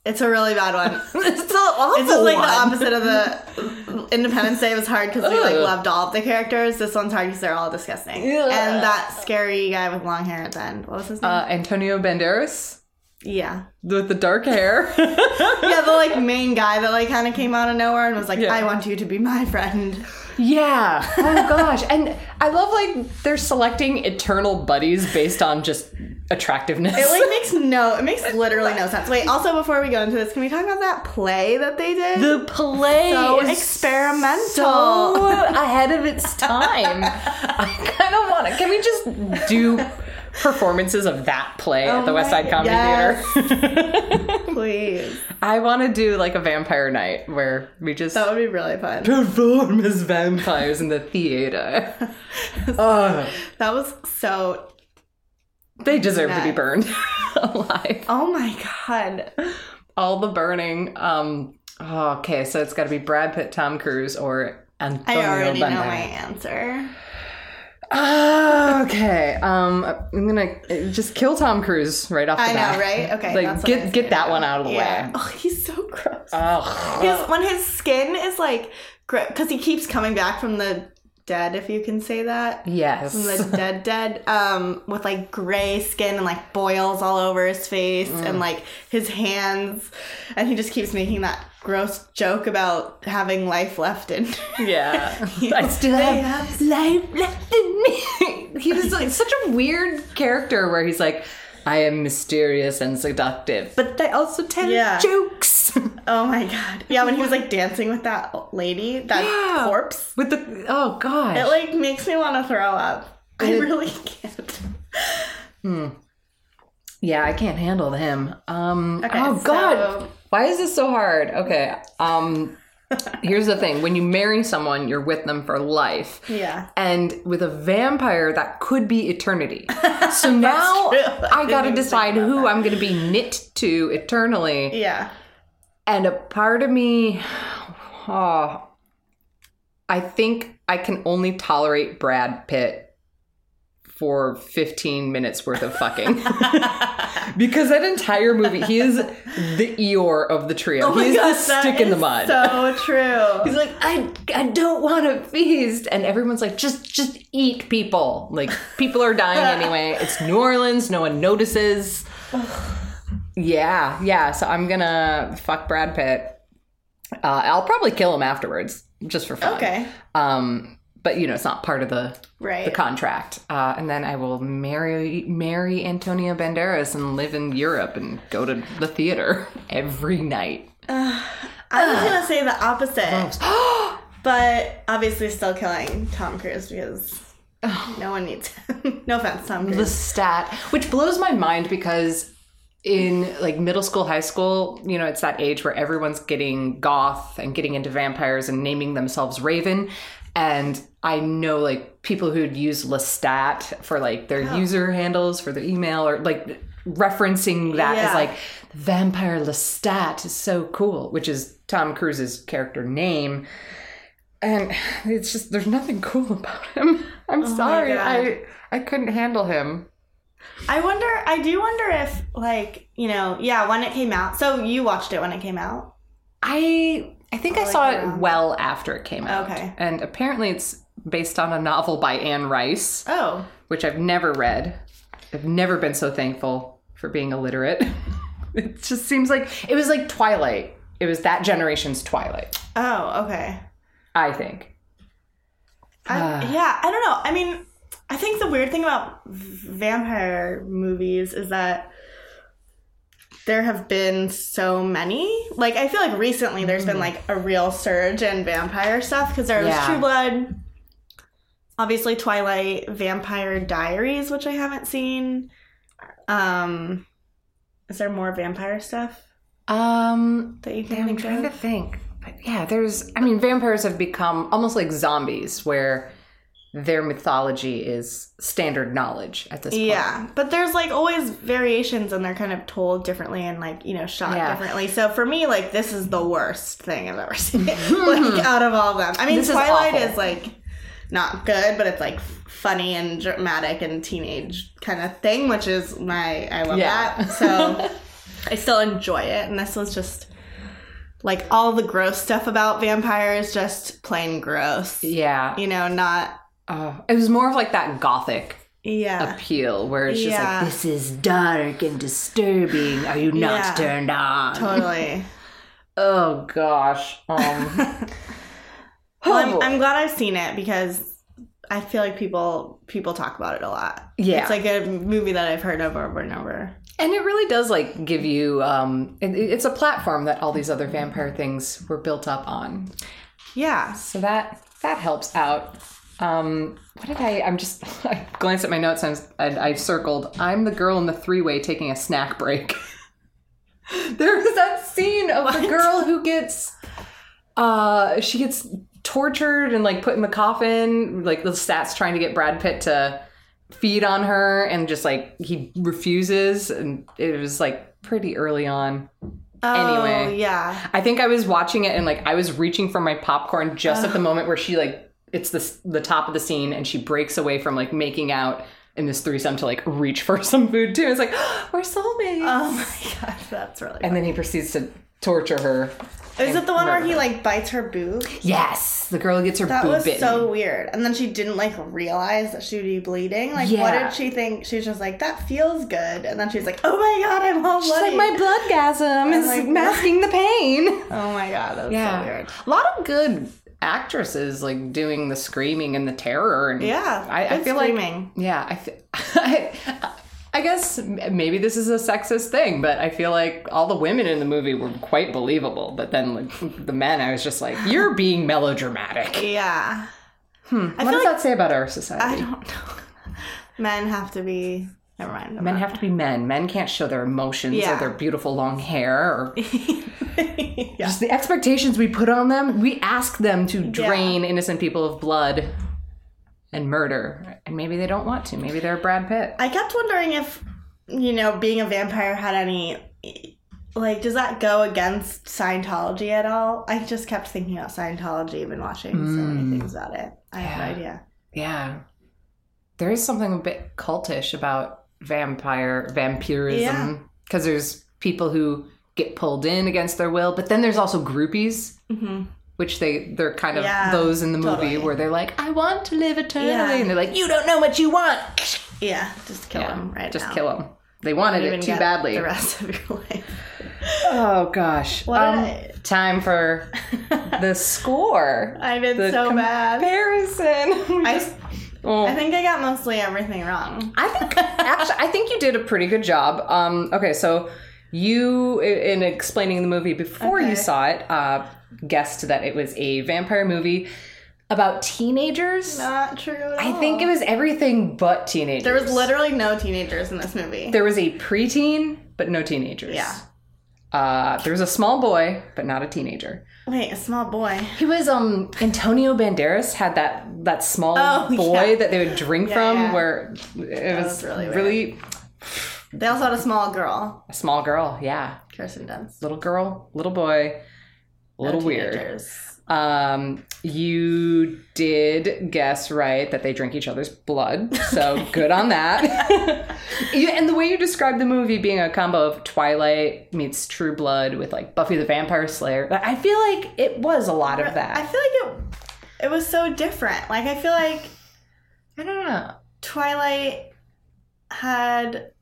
Speaker 3: It's a really bad one.
Speaker 1: It's the awful
Speaker 3: It's just like
Speaker 1: one.
Speaker 3: the opposite of the Independence Day was hard because we like
Speaker 1: Ugh.
Speaker 3: loved all of the characters. This one's hard because they're all disgusting.
Speaker 1: Ugh.
Speaker 3: And that scary guy with long hair at the end. What was his name?
Speaker 1: Uh, Antonio Banderas
Speaker 3: yeah.
Speaker 1: with the dark hair.
Speaker 3: Yeah, the like main guy that like kind of came out of nowhere and was like,
Speaker 1: Yeah.
Speaker 3: I want you to be my friend.
Speaker 1: yeah. Oh gosh. And I love like they're selecting eternal buddies based on just attractiveness.
Speaker 3: It like makes no, it makes literally no sense. Wait, also before we go into this, can we talk about that play that they did?
Speaker 1: the play
Speaker 3: So
Speaker 1: is
Speaker 3: experimental.
Speaker 1: so ahead of its time i kind of want to can we just do performances of that play at the west
Speaker 3: Oh my-
Speaker 1: side comedy
Speaker 3: yes.
Speaker 1: theater
Speaker 3: Please,
Speaker 1: i want to do like a vampire night where we just
Speaker 3: that would be really fun.
Speaker 1: perform as vampires in the theater Ugh.
Speaker 3: That was so.
Speaker 1: they deserve to be
Speaker 3: Nice.
Speaker 1: burned alive
Speaker 3: Oh my god.
Speaker 1: all the burning um oh, okay so it's got to be brad pitt tom cruise or
Speaker 3: I
Speaker 1: Antonio
Speaker 3: already know
Speaker 1: Banderas.
Speaker 3: my answer.
Speaker 1: Ah, okay. Um, I'm gonna uh, just kill Tom Cruise right off the
Speaker 3: I
Speaker 1: bat.
Speaker 3: know, right? Okay.
Speaker 1: Like,
Speaker 3: that's what
Speaker 1: get-
Speaker 3: I was
Speaker 1: get
Speaker 3: gonna
Speaker 1: that
Speaker 3: do.
Speaker 1: one out of the
Speaker 3: Yeah.
Speaker 1: way. Uh,
Speaker 3: Oh, he's so gross.
Speaker 1: Ugh.
Speaker 3: his, when his skin is like, because he keeps coming back from the dead, if you can say that.
Speaker 1: Yes.
Speaker 3: From the dead, dead, um, with like gray skin and like boils all over his face
Speaker 1: Mm.
Speaker 3: and like his hands, and he just keeps making that gross joke about having life left in.
Speaker 1: yeah. I still
Speaker 3: They
Speaker 1: have
Speaker 3: have
Speaker 1: life left in me. he was like such a weird character where he's like, I am mysterious and seductive, but I also tell
Speaker 3: Yeah.
Speaker 1: jokes.
Speaker 3: oh my god! Yeah, when he was like dancing with that lady, that
Speaker 1: Yeah.
Speaker 3: corpse.
Speaker 1: With the oh god.
Speaker 3: It like makes me want to throw up. I
Speaker 1: It-
Speaker 3: really can't.
Speaker 1: Yeah, I can't handle him. Um,
Speaker 3: Okay,
Speaker 1: oh
Speaker 3: so-
Speaker 1: God, why is this so hard? Okay, um, here's the thing: when you marry someone, you're with them for life.
Speaker 3: Yeah.
Speaker 1: And with a vampire, that could be eternity. So now
Speaker 3: true.
Speaker 1: I,
Speaker 3: I didn't
Speaker 1: gotta
Speaker 3: even think
Speaker 1: decide
Speaker 3: about
Speaker 1: who
Speaker 3: that.
Speaker 1: I'm gonna be knit to eternally.
Speaker 3: Yeah.
Speaker 1: And a part of me, oh, I think I can only tolerate Brad Pitt for 15 minutes worth of fucking. because that entire movie, he is the Eeyore of the trio.
Speaker 3: Oh my
Speaker 1: he is the
Speaker 3: God, that
Speaker 1: stick in the
Speaker 3: is
Speaker 1: mud.
Speaker 3: So true.
Speaker 1: He's like, I, I don't want to feast, and everyone's like, just, just eat people. Like, people are dying anyway. It's New Orleans. No one notices. yeah, yeah. So I'm gonna fuck Brad Pitt. Uh, I'll probably kill him afterwards, just for fun.
Speaker 3: Okay.
Speaker 1: Um, but you know, it's not part of the
Speaker 3: Right.
Speaker 1: the contract. Uh, and then I will marry marry Antonio Banderas and live in Europe and go to the theater every night.
Speaker 3: I was
Speaker 1: Ah.
Speaker 3: gonna say the opposite, but obviously still killing Tom Cruise because
Speaker 1: Oh.
Speaker 3: no one needs him. no offense, Tom
Speaker 1: the
Speaker 3: Cruise.
Speaker 1: stat which blows my mind because in like middle school high school you know it's that age where everyone's getting goth and getting into vampires and naming themselves raven and i know like people who'd use lestat for like their
Speaker 3: Oh.
Speaker 1: user handles for their email or like referencing that as
Speaker 3: Yeah.
Speaker 1: like vampire lestat is so cool which is tom cruise's character name and it's just there's nothing cool about him i'm sorry
Speaker 3: Oh God.
Speaker 1: i i couldn't handle him
Speaker 3: I wonder. I do wonder if, like, you know, yeah, when it came out. So you watched it when it came out.
Speaker 1: I I think I saw it well after it came out.
Speaker 3: Okay.
Speaker 1: And apparently it's based on a novel by Anne Rice,
Speaker 3: Oh,
Speaker 1: which I've never read. I've never been so thankful for being illiterate. it just seems like it was like Twilight. It was that generation's Twilight,
Speaker 3: oh, okay.
Speaker 1: I think.
Speaker 3: I, yeah, I don't know. I mean, I think the weird thing about v- vampire movies is that there have been so many. Like, I feel like recently there's been like a real surge in vampire stuff because there was
Speaker 1: Yeah.
Speaker 3: True Blood, obviously Twilight, Vampire Diaries, which I haven't seen. Um, is there more vampire stuff
Speaker 1: Um
Speaker 3: that you
Speaker 1: I'm
Speaker 3: can think
Speaker 1: trying to
Speaker 3: of?
Speaker 1: think. But yeah, there's I mean vampires have become almost like zombies where their mythology is standard knowledge at this point.
Speaker 3: Yeah, but there's like always variations, and they're kind of told differently and like you know shot
Speaker 1: Yeah.
Speaker 3: differently. So for me, like this is the worst thing I've ever seen. like out of all of them, I mean,
Speaker 1: This is
Speaker 3: Twilight
Speaker 1: awful.
Speaker 3: is, like not good, but it's like funny and dramatic and teenage kind of thing, which is my I love
Speaker 1: Yeah.
Speaker 3: that. So I still enjoy it, and this was just. Like all the gross stuff about vampires, just plain gross.
Speaker 1: Yeah.
Speaker 3: You know, not
Speaker 1: Uh, it was more of like that gothic
Speaker 3: yeah.
Speaker 1: appeal where it's just
Speaker 3: Yeah.
Speaker 1: like this is dark and disturbing. Are you not
Speaker 3: Yeah.
Speaker 1: turned on?
Speaker 3: Totally.
Speaker 1: Oh gosh. Um, Oh.
Speaker 3: Well, I'm, I'm glad I've seen it because I feel like people people talk about it a lot.
Speaker 1: Yeah.
Speaker 3: it's like a movie that I've heard of over and over.
Speaker 1: and it really does like give you. Um, it, it's a platform that all these other vampire things were built up on.
Speaker 3: Yeah,
Speaker 1: So that that helps out. Um, what did I? I'm just I glanced at my notes. And I, I circled. I'm the girl in the three way taking a snack break. there is that scene of the girl who gets, uh, she gets tortured and like put in the coffin. Like the stats trying to get Brad Pitt to feed on her, and just like he refuses, and it was like pretty early on.
Speaker 3: Oh,
Speaker 1: Anyway.
Speaker 3: yeah,
Speaker 1: I think I was watching it and like I was reaching for my popcorn just at the moment where she like it's the the top of the scene and she breaks away from like making out in this threesome to like reach for some food too. It's like we're soulmates.
Speaker 3: oh my gosh, that's really.
Speaker 1: and then he proceeds to torture her.
Speaker 3: Is it the one where he like bites her boob?
Speaker 1: Yes, the girl gets her
Speaker 3: That
Speaker 1: boob
Speaker 3: was
Speaker 1: bitten.
Speaker 3: so weird. And then she didn't like realize that she would be bleeding. Like, what
Speaker 1: Yeah.
Speaker 3: did she think? She was just like, "That feels good," and then she's like, "Oh my god, I'm all
Speaker 1: It's like
Speaker 3: bloody."
Speaker 1: my bloodgasm is
Speaker 3: like,
Speaker 1: masking the pain.
Speaker 3: oh my god, that was so
Speaker 1: Yeah,
Speaker 3: weird.
Speaker 1: a lot of good actresses like doing the screaming and the terror. And
Speaker 3: Yeah,
Speaker 1: I, I
Speaker 3: good
Speaker 1: feel
Speaker 3: screaming.
Speaker 1: like yeah, I, fe- I, I guess m- maybe this is a sexist thing, but I feel like all the women in the movie were quite believable. But then like, the men, I was just like, you're being melodramatic.
Speaker 3: Yeah,
Speaker 1: what
Speaker 3: feel
Speaker 1: does
Speaker 3: like-
Speaker 1: that say about our
Speaker 3: I
Speaker 1: society?
Speaker 3: don't know. Men have to be. Never mind.
Speaker 1: Men have to be men. Men can't show their emotions
Speaker 3: Yeah.
Speaker 1: or their beautiful long hair or
Speaker 3: yeah.
Speaker 1: just the expectations we put on them. We ask them to drain innocent people of blood and murder, and maybe they don't want to. Maybe they're Brad Pitt.
Speaker 3: I kept wondering if, you know, being a vampire had any, like, does that go against Scientology at all? I just kept thinking
Speaker 1: Mm.
Speaker 3: about Scientology. I've been watching so many things about it. I have no idea.
Speaker 1: Yeah, there is something a bit cultish about vampire
Speaker 3: Yeah.
Speaker 1: vampirism because there's people who get pulled in against their will, but then there's also groupies, which they they're kind of
Speaker 3: Mm-hmm. Yeah,
Speaker 1: those in the movie
Speaker 3: totally.
Speaker 1: where they're like, "I want to live eternally,"
Speaker 3: Yeah.
Speaker 1: and they're like, "You don't know what you want."
Speaker 3: Yeah, just kill him right
Speaker 1: Just
Speaker 3: now.
Speaker 1: kill them. They wanted it too
Speaker 3: get
Speaker 1: badly.
Speaker 3: The rest of your life.
Speaker 1: Oh gosh.
Speaker 3: What
Speaker 1: Um,
Speaker 3: a-
Speaker 1: time for the score.
Speaker 3: I did
Speaker 1: The
Speaker 3: so bad.
Speaker 1: Comparison.
Speaker 3: I,
Speaker 1: Oh.
Speaker 3: I think I got mostly everything wrong.
Speaker 1: I think actually, I think you did a pretty good job. Um, okay, so you i- in explaining the movie before
Speaker 3: Okay.
Speaker 1: you saw it, uh, guessed that it was a vampire movie about teenagers.
Speaker 3: Not true at
Speaker 1: I
Speaker 3: all.
Speaker 1: think it was everything but teenagers.
Speaker 3: There was literally no teenagers in this movie.
Speaker 1: there was a preteen, but no teenagers.
Speaker 3: Yeah.
Speaker 1: Uh, there was a small boy, but not a teenager.
Speaker 3: Wait, a small boy.
Speaker 1: He was um Antonio Banderas had that that small
Speaker 3: Oh,
Speaker 1: boy
Speaker 3: yeah.
Speaker 1: that they would drink
Speaker 3: Yeah,
Speaker 1: from
Speaker 3: yeah.
Speaker 1: where it was,
Speaker 3: was really weird.
Speaker 1: really
Speaker 3: They also had a small girl,
Speaker 1: a small girl, yeah.
Speaker 3: Kirsten Dunst.
Speaker 1: little girl, little boy, a little
Speaker 3: No
Speaker 1: weird.
Speaker 3: teenagers.
Speaker 1: Um, you did guess right that they drink each other's blood, so good on that. You- and the way you described the movie being a combo of Twilight meets True Blood with like Buffy the Vampire Slayer, like, I feel like it was a lot of
Speaker 3: I
Speaker 1: that.
Speaker 3: feel like it. It was so different. Like I feel like
Speaker 1: I don't know.
Speaker 3: Twilight had.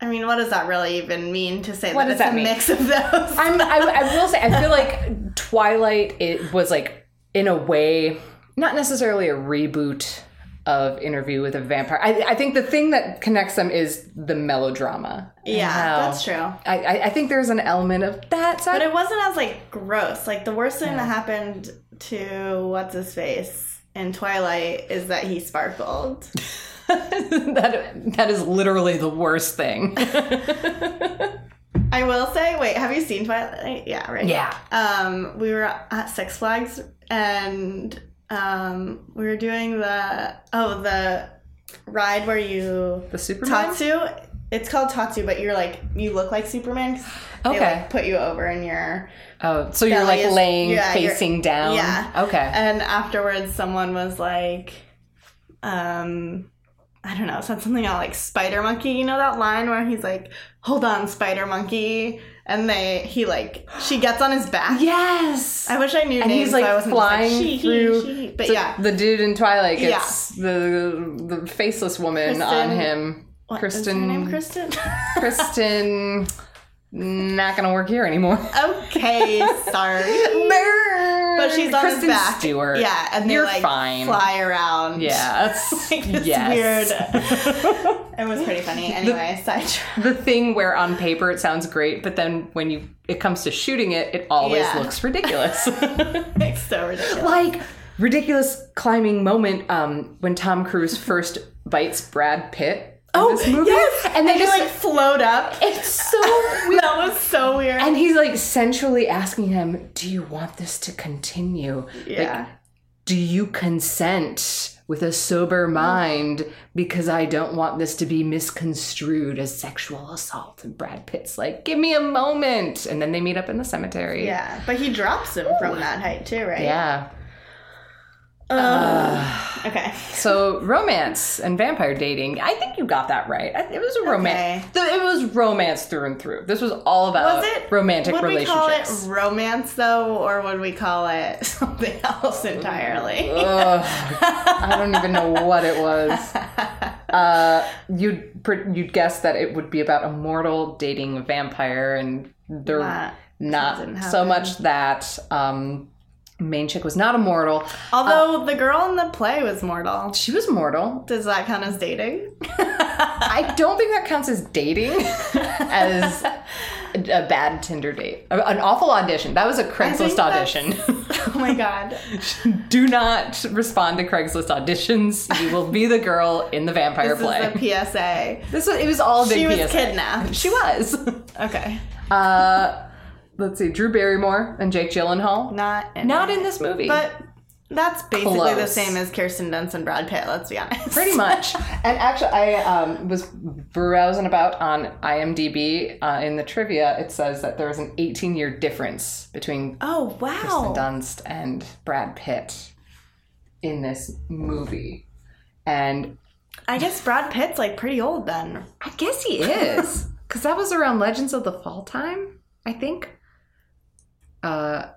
Speaker 3: I mean, what does that really even mean to say
Speaker 1: What
Speaker 3: that
Speaker 1: does
Speaker 3: it's
Speaker 1: that
Speaker 3: a
Speaker 1: mean?
Speaker 3: mix of those?
Speaker 1: I'm, I, I will say, I feel like Twilight it was like, in a way, not necessarily a reboot of Interview with a Vampire. I, I think the thing that connects them is the melodrama. and
Speaker 3: yeah,
Speaker 1: how-
Speaker 3: that's true.
Speaker 1: I, I, I think there's an element of that
Speaker 3: But
Speaker 1: side.
Speaker 3: it wasn't as like gross. Like the worst thing that happened to what's his face in Twilight is that he sparkled.
Speaker 1: that, that is literally the worst thing.
Speaker 3: I will say, wait, have you seen Twilight? Yeah, right.
Speaker 1: Yeah.
Speaker 3: Um, we were at Six Flags and um, we were doing the oh the ride where you
Speaker 1: The Superman?
Speaker 3: Tatsu. It's called Tatsu, but you're like you look like Superman. 'cause They
Speaker 1: Okay.
Speaker 3: like put you over and you're
Speaker 1: Oh, so you're
Speaker 3: belly
Speaker 1: like
Speaker 3: is-
Speaker 1: laying
Speaker 3: yeah, you're-
Speaker 1: facing down.
Speaker 3: Yeah. Uh,
Speaker 1: Okay.
Speaker 3: And afterwards, someone was like, um, I don't know, said something about like Spider Monkey. You know that line where he's like, "Hold on, Spider Monkey," and they he like she gets on his back.
Speaker 1: yes.
Speaker 3: I wish I knew
Speaker 1: and
Speaker 3: names.
Speaker 1: he's like
Speaker 3: so I wasn't just
Speaker 1: flying
Speaker 3: like, she, he,
Speaker 1: through.
Speaker 3: she, he." but
Speaker 1: the,
Speaker 3: yeah,
Speaker 1: the dude in Twilight gets the the faceless woman on
Speaker 3: Kristen-
Speaker 1: him.
Speaker 3: What is her
Speaker 1: Kristen.
Speaker 3: name Kristen.
Speaker 1: Kristen. Not gonna work here anymore.
Speaker 3: okay, sorry. But she's on
Speaker 1: Kristen
Speaker 3: his back.
Speaker 1: Stewart.
Speaker 3: Yeah, and they
Speaker 1: You're
Speaker 3: like
Speaker 1: fine.
Speaker 3: fly around.
Speaker 1: Yeah, that's
Speaker 3: like this weird. it was pretty funny. Anyway, sidetrack.
Speaker 1: the thing where on paper it sounds great, but then when you it comes to shooting it, it always
Speaker 3: Yeah.
Speaker 1: looks ridiculous.
Speaker 3: It's so ridiculous.
Speaker 1: like ridiculous climbing moment um, when Tom Cruise first bites Brad Pitt. in this movie.
Speaker 3: Oh, yes,
Speaker 1: and they
Speaker 3: And
Speaker 1: just
Speaker 3: like float up.
Speaker 1: it's so weird.
Speaker 3: that was so weird.
Speaker 1: And he's like sensually asking him, "Do you want this to continue?
Speaker 3: yeah,
Speaker 1: Like, do you consent with a sober mind? Because I don't want this to be misconstrued as sexual assault." And Brad Pitt's like, "Give me a moment." And then they meet up in the cemetery.
Speaker 3: yeah. But he drops him from that height too, right?
Speaker 1: Yeah.
Speaker 3: Okay.
Speaker 1: So romance and vampire dating. I think you got that right. I- It was a romance. Th- It was romance through and through. This was all about
Speaker 3: Was it
Speaker 1: romantic
Speaker 3: Would we call it
Speaker 1: relationships.
Speaker 3: romance though, or would we call it something else entirely?
Speaker 1: Ugh, I don't even know what it was. Uh, you'd pr- you'd guess that it would be about a mortal dating a vampire, and they're
Speaker 3: That
Speaker 1: not
Speaker 3: didn't
Speaker 1: so much that um, main chick was not immortal.
Speaker 3: Although the girl in the play was mortal.
Speaker 1: She was mortal.
Speaker 3: Does that count as dating?
Speaker 1: I don't think that counts as dating, as a bad Tinder date, A- an awful audition. That was a Craigslist
Speaker 3: think that's-
Speaker 1: audition.
Speaker 3: Oh my god.
Speaker 1: Do not respond to Craigslist auditions. You will be the girl in the vampire
Speaker 3: This
Speaker 1: play.
Speaker 3: is a PSA.
Speaker 1: This was it was all a big
Speaker 3: She was
Speaker 1: PSA.
Speaker 3: kidnapped.
Speaker 1: She was.
Speaker 3: Okay.
Speaker 1: Let's see, Drew Barrymore and Jake Gyllenhaal.
Speaker 3: Not in
Speaker 1: Not
Speaker 3: it.
Speaker 1: in this movie,
Speaker 3: But that's basically the
Speaker 1: Close.
Speaker 3: same as Kirsten Dunst and Brad Pitt, let's be honest.
Speaker 1: pretty much. and actually, I um, was browsing about on IMDb. Uh, in the trivia, it says that there was an 18-year difference between
Speaker 3: Oh wow.
Speaker 1: Kirsten Dunst and Brad Pitt in this movie. And
Speaker 3: I guess Brad Pitt's like pretty old then.
Speaker 1: I guess he is. Because that was around Legends of the Fall time, I think. Uh,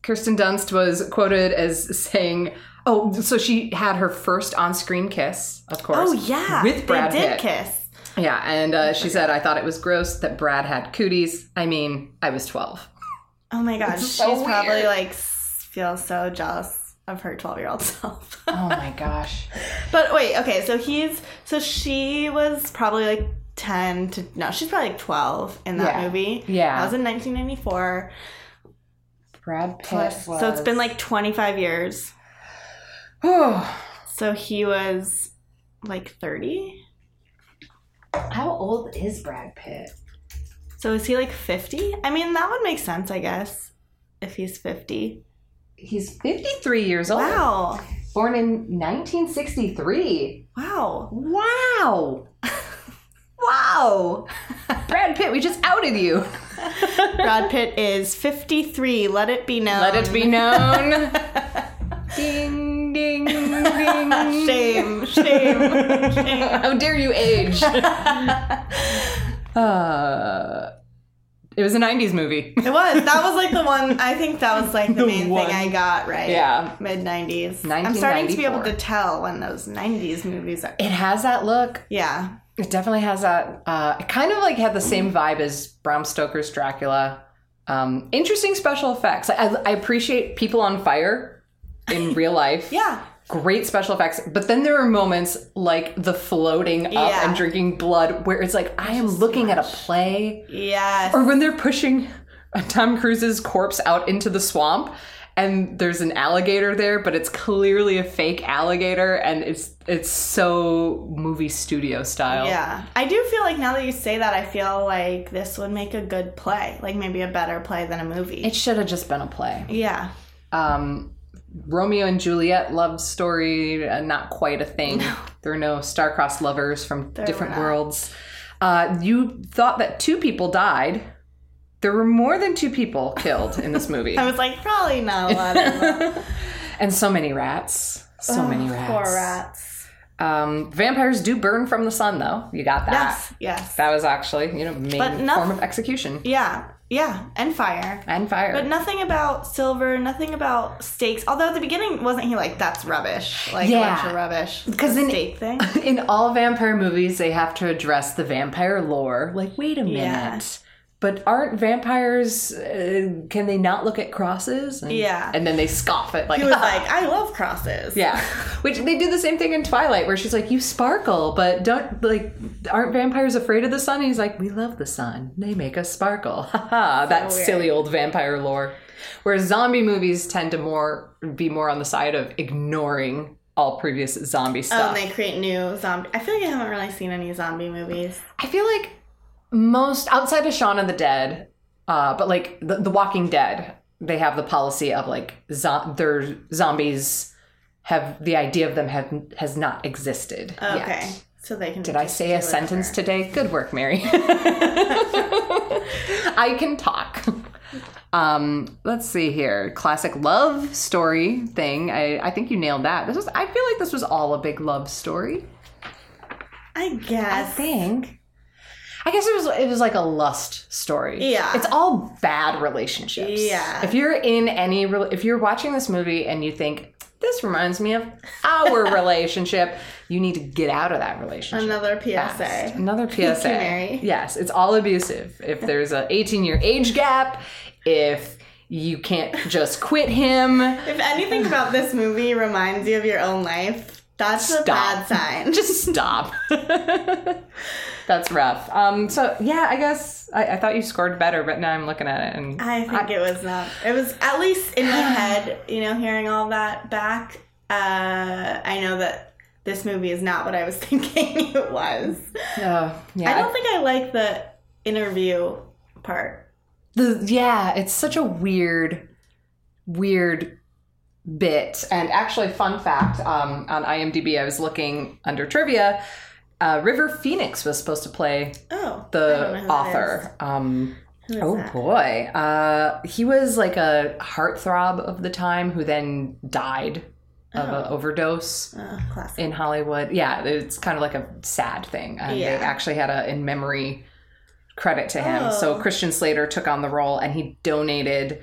Speaker 1: Kirsten Dunst was quoted as saying, oh, so she had her first on screen kiss, of course.
Speaker 3: Oh yeah,
Speaker 1: With Brad
Speaker 3: they did
Speaker 1: Pitt.
Speaker 3: kiss.
Speaker 1: Yeah, and uh, she said, I thought it was gross that Brad had cooties. I mean, I was 12.
Speaker 3: Oh my god, she's
Speaker 1: so
Speaker 3: probably
Speaker 1: weird.
Speaker 3: like s- feels so jealous of her twelve year old self.
Speaker 1: Oh my gosh.
Speaker 3: But wait, okay, so he's so she was probably like ten to no, she's probably like twelve in that
Speaker 1: Yeah.
Speaker 3: movie.
Speaker 1: Yeah.
Speaker 3: that was in nineteen ninety four.
Speaker 1: Brad Pitt.
Speaker 3: So it's been like twenty five years. So he was like thirty.
Speaker 1: How old is Brad Pitt?
Speaker 3: So is he like fifty? I mean, that would make sense, I guess, if he's fifty.
Speaker 1: He's 53 years old.
Speaker 3: Wow,
Speaker 1: Born in 1963.
Speaker 3: wow,
Speaker 1: Wow. wow. Brad Pitt, we just outed you.
Speaker 3: Brad Pitt is 53. Let it be known.
Speaker 1: Let it be known. ding, ding, ding.
Speaker 3: Shame, shame.
Speaker 1: How dare you age? uh, it was a 90s movie.
Speaker 3: it was. That was like the one. I think that was like the, main
Speaker 8: one.
Speaker 3: thing I got right.
Speaker 1: Yeah.
Speaker 3: Mid 90s. I'm starting to be able to tell when those 90s movies are.
Speaker 1: It has that look.
Speaker 3: Yeah.
Speaker 1: It definitely has that. Uh, it kind of like had the same vibe as Bram Stoker's Dracula. Um, interesting special effects. I, I appreciate people on fire in real life.
Speaker 3: Yeah.
Speaker 1: great special effects but then there are moments like the floating up
Speaker 3: Yeah.
Speaker 1: and drinking blood where it's like i am looking at a play
Speaker 3: Yes.
Speaker 1: or when they're pushing tom cruise's corpse out into the swamp and there's an alligator there but it's clearly a fake alligator and it's it's so movie studio style
Speaker 3: Yeah. I do feel like now that you say that, I feel like this would make a good play. Like maybe a better play than a movie.
Speaker 1: it should have just been a play
Speaker 3: yeah.
Speaker 1: um, Romeo and Juliet love story, uh, not quite a thing. There are no star-crossed lovers from different worlds. Uh, you thought that two people died. There were more than two people killed in this movie,
Speaker 3: I was like, probably not a lot of them.
Speaker 1: and so many rats. So many rats.
Speaker 3: Poor rats.
Speaker 1: Um, vampires do burn from the sun, though. You got that.
Speaker 3: Yes. Yes.
Speaker 1: That was actually, you know, main
Speaker 3: But not-
Speaker 1: form of execution
Speaker 3: yeah. Yeah. And fire.
Speaker 1: and fire.
Speaker 3: But nothing about silver, nothing about steaks. Although at the beginning, wasn't he like, "That's rubbish, like a
Speaker 1: Yeah.
Speaker 3: bunch of rubbish"?
Speaker 1: 'Cause
Speaker 3: the
Speaker 1: in-
Speaker 3: steak thing.
Speaker 1: in all vampire movies, they have to address the vampire lore. Like, wait a minute.
Speaker 3: Yeah.
Speaker 1: But aren't vampires, uh, can they not look at crosses? And,
Speaker 3: Yeah.
Speaker 1: And then they scoff at, like,
Speaker 3: He was like, "I love crosses."
Speaker 1: yeah. Which they do the same thing in Twilight, where she's like, you sparkle, but don't, like, aren't vampires afraid of the sun? And he's like, we love the sun. They make us sparkle. Ha ha. That's silly old vampire lore. Whereas zombie movies tend to more be more on the side of ignoring all previous zombie
Speaker 3: Oh,
Speaker 1: stuff.
Speaker 3: and they create new zombie. I feel like I haven't really seen any zombie movies.
Speaker 1: I feel like most outside of Shaun of the Dead, uh, but like the, the Walking Dead, they have the policy of like zo- their zombies have the idea of them have has not existed.
Speaker 3: Oh, Okay,
Speaker 1: Yet.
Speaker 3: so they can.
Speaker 1: Did I say a sentence today? Good work, Mary. I can talk. Um, let's see here. Classic love story thing. I, I think you nailed that. This was I feel like this was all a big love story.
Speaker 3: I
Speaker 1: I
Speaker 3: guess.
Speaker 1: think. I guess it was it was like a lust story.
Speaker 3: Yeah.
Speaker 1: it's all bad relationships.
Speaker 3: Yeah.
Speaker 1: if you're in any, rel- if you're watching this movie and you think this reminds me of our relationship, you need to get out of that relationship.
Speaker 3: Another
Speaker 1: fast.
Speaker 3: PSA.
Speaker 1: Another PSA.
Speaker 3: Mary.
Speaker 1: Yes, it's all abusive. If there's a 18 year age gap, if you can't just quit him,
Speaker 3: If anything about this movie reminds you of your own life, that's a
Speaker 1: Stop.
Speaker 3: bad sign.
Speaker 1: just stop. That's rough. Um, so yeah, I guess I, I thought you scored better, but now I'm looking at it and
Speaker 3: I think it was not. It was at least in my head, you know, hearing all that back. Uh, I know that this movie is not what I was thinking it was.
Speaker 1: Oh, yeah,
Speaker 3: I don't think I like the interview part.
Speaker 1: the, yeah, it's such a weird, weird bit. And actually, fun fact um, on IMDb, I was looking under trivia. Uh, River Phoenix was supposed to play
Speaker 3: Oh, I don't know
Speaker 1: the
Speaker 3: who that
Speaker 1: author. Um,
Speaker 3: is. Who is
Speaker 1: oh
Speaker 3: that?
Speaker 1: boy, uh, he was like a heartthrob of the time who then died of
Speaker 3: Uh-huh.
Speaker 1: an overdose
Speaker 3: Oh, classic.
Speaker 1: in Hollywood. Yeah, it's kind of like a sad thing. And
Speaker 3: Yeah.
Speaker 1: They actually had a in memory credit to him. So
Speaker 3: Oh.
Speaker 1: Christian Slater took on the role and he donated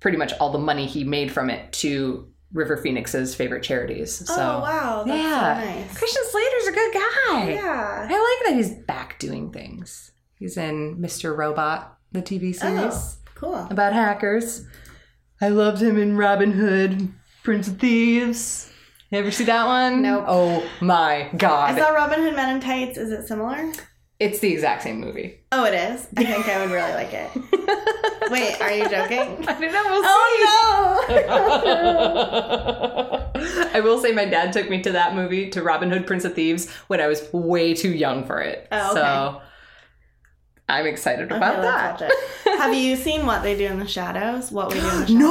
Speaker 1: pretty much all the money he made from it to River Phoenix's favorite charities. So
Speaker 3: oh wow, that's so nice.
Speaker 1: Christian Slater's a good guy.
Speaker 3: yeah.
Speaker 1: I like that he's back doing things. He's in Mr. Robot, the TV series
Speaker 3: Oh, cool.
Speaker 1: about hackers. I loved him in Robin Hood, Prince of Thieves. You ever see that one?
Speaker 3: Nope.
Speaker 1: Oh my
Speaker 3: I
Speaker 1: god.
Speaker 3: saw Robin Hood Men in Tights. Is it similar?
Speaker 1: it's the exact same movie.
Speaker 3: Oh, it is. I think I would really like it. Wait, are you joking?
Speaker 1: I don't know. We'll
Speaker 3: Oh no!
Speaker 1: see. I will say my dad took me to that movie, to Robin Hood, Prince of Thieves, when I was way too young for it.
Speaker 3: Oh, okay.
Speaker 1: So I'm excited about
Speaker 3: Okay,
Speaker 1: that.
Speaker 3: let's watch it. Have you seen What They Do in the Shadows? What We Do in the Shadows?
Speaker 1: No.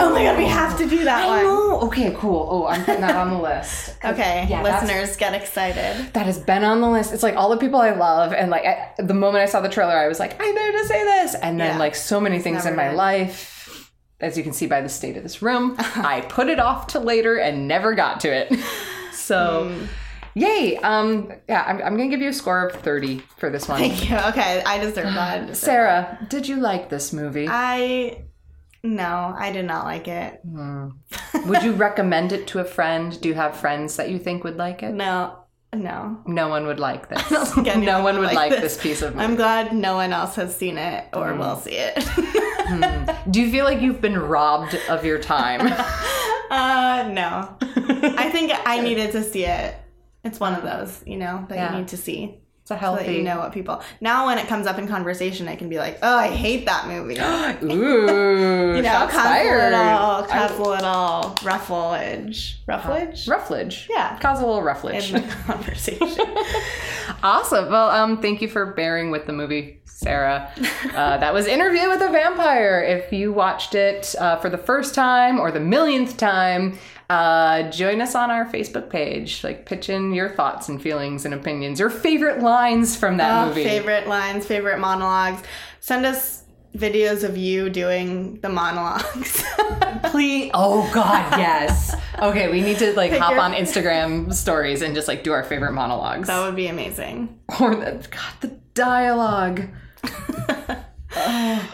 Speaker 3: Oh my god, we have to do that
Speaker 1: I
Speaker 3: one.
Speaker 1: know. Okay, cool. Oh, I'm putting that on the list.
Speaker 3: Okay,
Speaker 1: Yeah, that's-
Speaker 3: listeners, get excited.
Speaker 1: That has been on the list. It's like all the people I love, and like I, the moment I saw the trailer, I was like, I know to say this, and then
Speaker 3: Yeah.
Speaker 1: like so many things
Speaker 3: never
Speaker 1: in my
Speaker 3: been.
Speaker 1: life, as you can see by the state of this room, I put it off to later and never got to it. So,
Speaker 3: Hmm.
Speaker 1: yay! Um, yeah, I'm, I'm gonna give you a score of thirty for this one.
Speaker 3: Thank you. Okay, I deserve that. I deserve
Speaker 1: Sarah, did you like this movie?
Speaker 3: that. I no, I did not like it.
Speaker 1: would you recommend it to a friend? Do you have friends that you think would like it?
Speaker 3: No, no.
Speaker 1: No one would like this.
Speaker 3: think anyone
Speaker 1: no one
Speaker 3: would
Speaker 1: would like,
Speaker 3: like
Speaker 1: this.
Speaker 3: this.
Speaker 1: piece of.
Speaker 3: I'm glad no one else has seen it or will see it.
Speaker 1: Do you feel like you've been robbed of your time?
Speaker 3: uh, no. I think I needed to see it. It's one of those, you know, that
Speaker 1: Yeah.
Speaker 3: you need to see.
Speaker 1: It's a
Speaker 3: So that
Speaker 1: healthy.
Speaker 3: you know what people. Now, when it comes up in conversation, I can be like, "Oh, I hate that movie." you
Speaker 1: Ooh,
Speaker 3: know,
Speaker 1: shots
Speaker 3: cause a
Speaker 1: fired.
Speaker 3: little, cause a little ruffleage, ruffleage
Speaker 1: Rufflage.
Speaker 3: Yeah.
Speaker 1: Cause a little
Speaker 3: in the
Speaker 1: rufflage.
Speaker 3: conversation.
Speaker 1: awesome. Well, um, thank you for bearing with the movie, Sarah. Uh, that was Interview with a Vampire. If you watched it uh, for the first time or the millionth time, uh, join us on our Facebook page. Like, pitch in your thoughts and feelings and opinions, your favorite lines from that
Speaker 3: Oh,
Speaker 1: movie.
Speaker 3: favorite lines, favorite monologues. Send us videos of you doing the monologues.
Speaker 1: Please. Oh God, yes. okay, we need to like hop
Speaker 3: your-
Speaker 1: on Instagram stories and just like do our favorite monologues.
Speaker 3: that would be amazing.
Speaker 1: or the, God, the dialogue.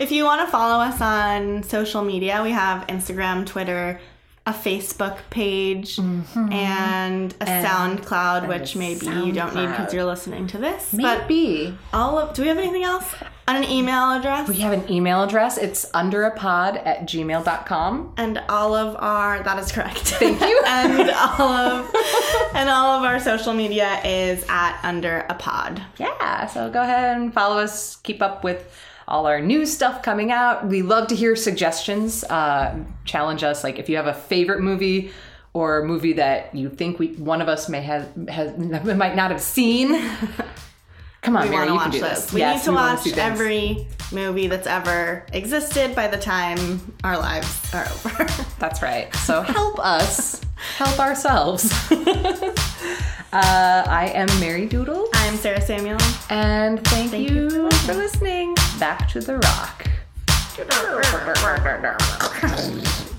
Speaker 3: If you want to follow us on social media, we have Instagram, Twitter, a Facebook page,
Speaker 1: Mm-hmm.
Speaker 3: and a SoundCloud, which maybe you don't need because you're listening to this. But
Speaker 1: B.
Speaker 3: all of, do we have anything else? And an email address?
Speaker 1: We have an email address. It's underapod at gmail.com.
Speaker 3: and all of our that is correct.
Speaker 1: Thank you.
Speaker 3: and all of and all of our social media is at under a pod.
Speaker 1: Yeah, so go ahead and follow us. Keep up with all our new stuff coming out. We love to hear suggestions. Uh, challenge us. Like if you have a favorite movie or a movie that you think we one of us may have, has might not have seen. Come on,
Speaker 3: We
Speaker 1: Mary,
Speaker 3: want to
Speaker 1: you can
Speaker 3: watch
Speaker 1: do
Speaker 3: this.
Speaker 1: this.
Speaker 3: We
Speaker 1: Yes,
Speaker 3: need to
Speaker 1: wanna
Speaker 3: watch
Speaker 1: see things.
Speaker 3: every movie that's ever existed by the time our lives are over.
Speaker 1: That's right. So help us help ourselves. uh, I am Mary Doodle,
Speaker 3: I'm Sarah Samuel.
Speaker 1: and thank,
Speaker 3: Thank
Speaker 1: you,
Speaker 3: you for
Speaker 1: for listening. Back to the rock.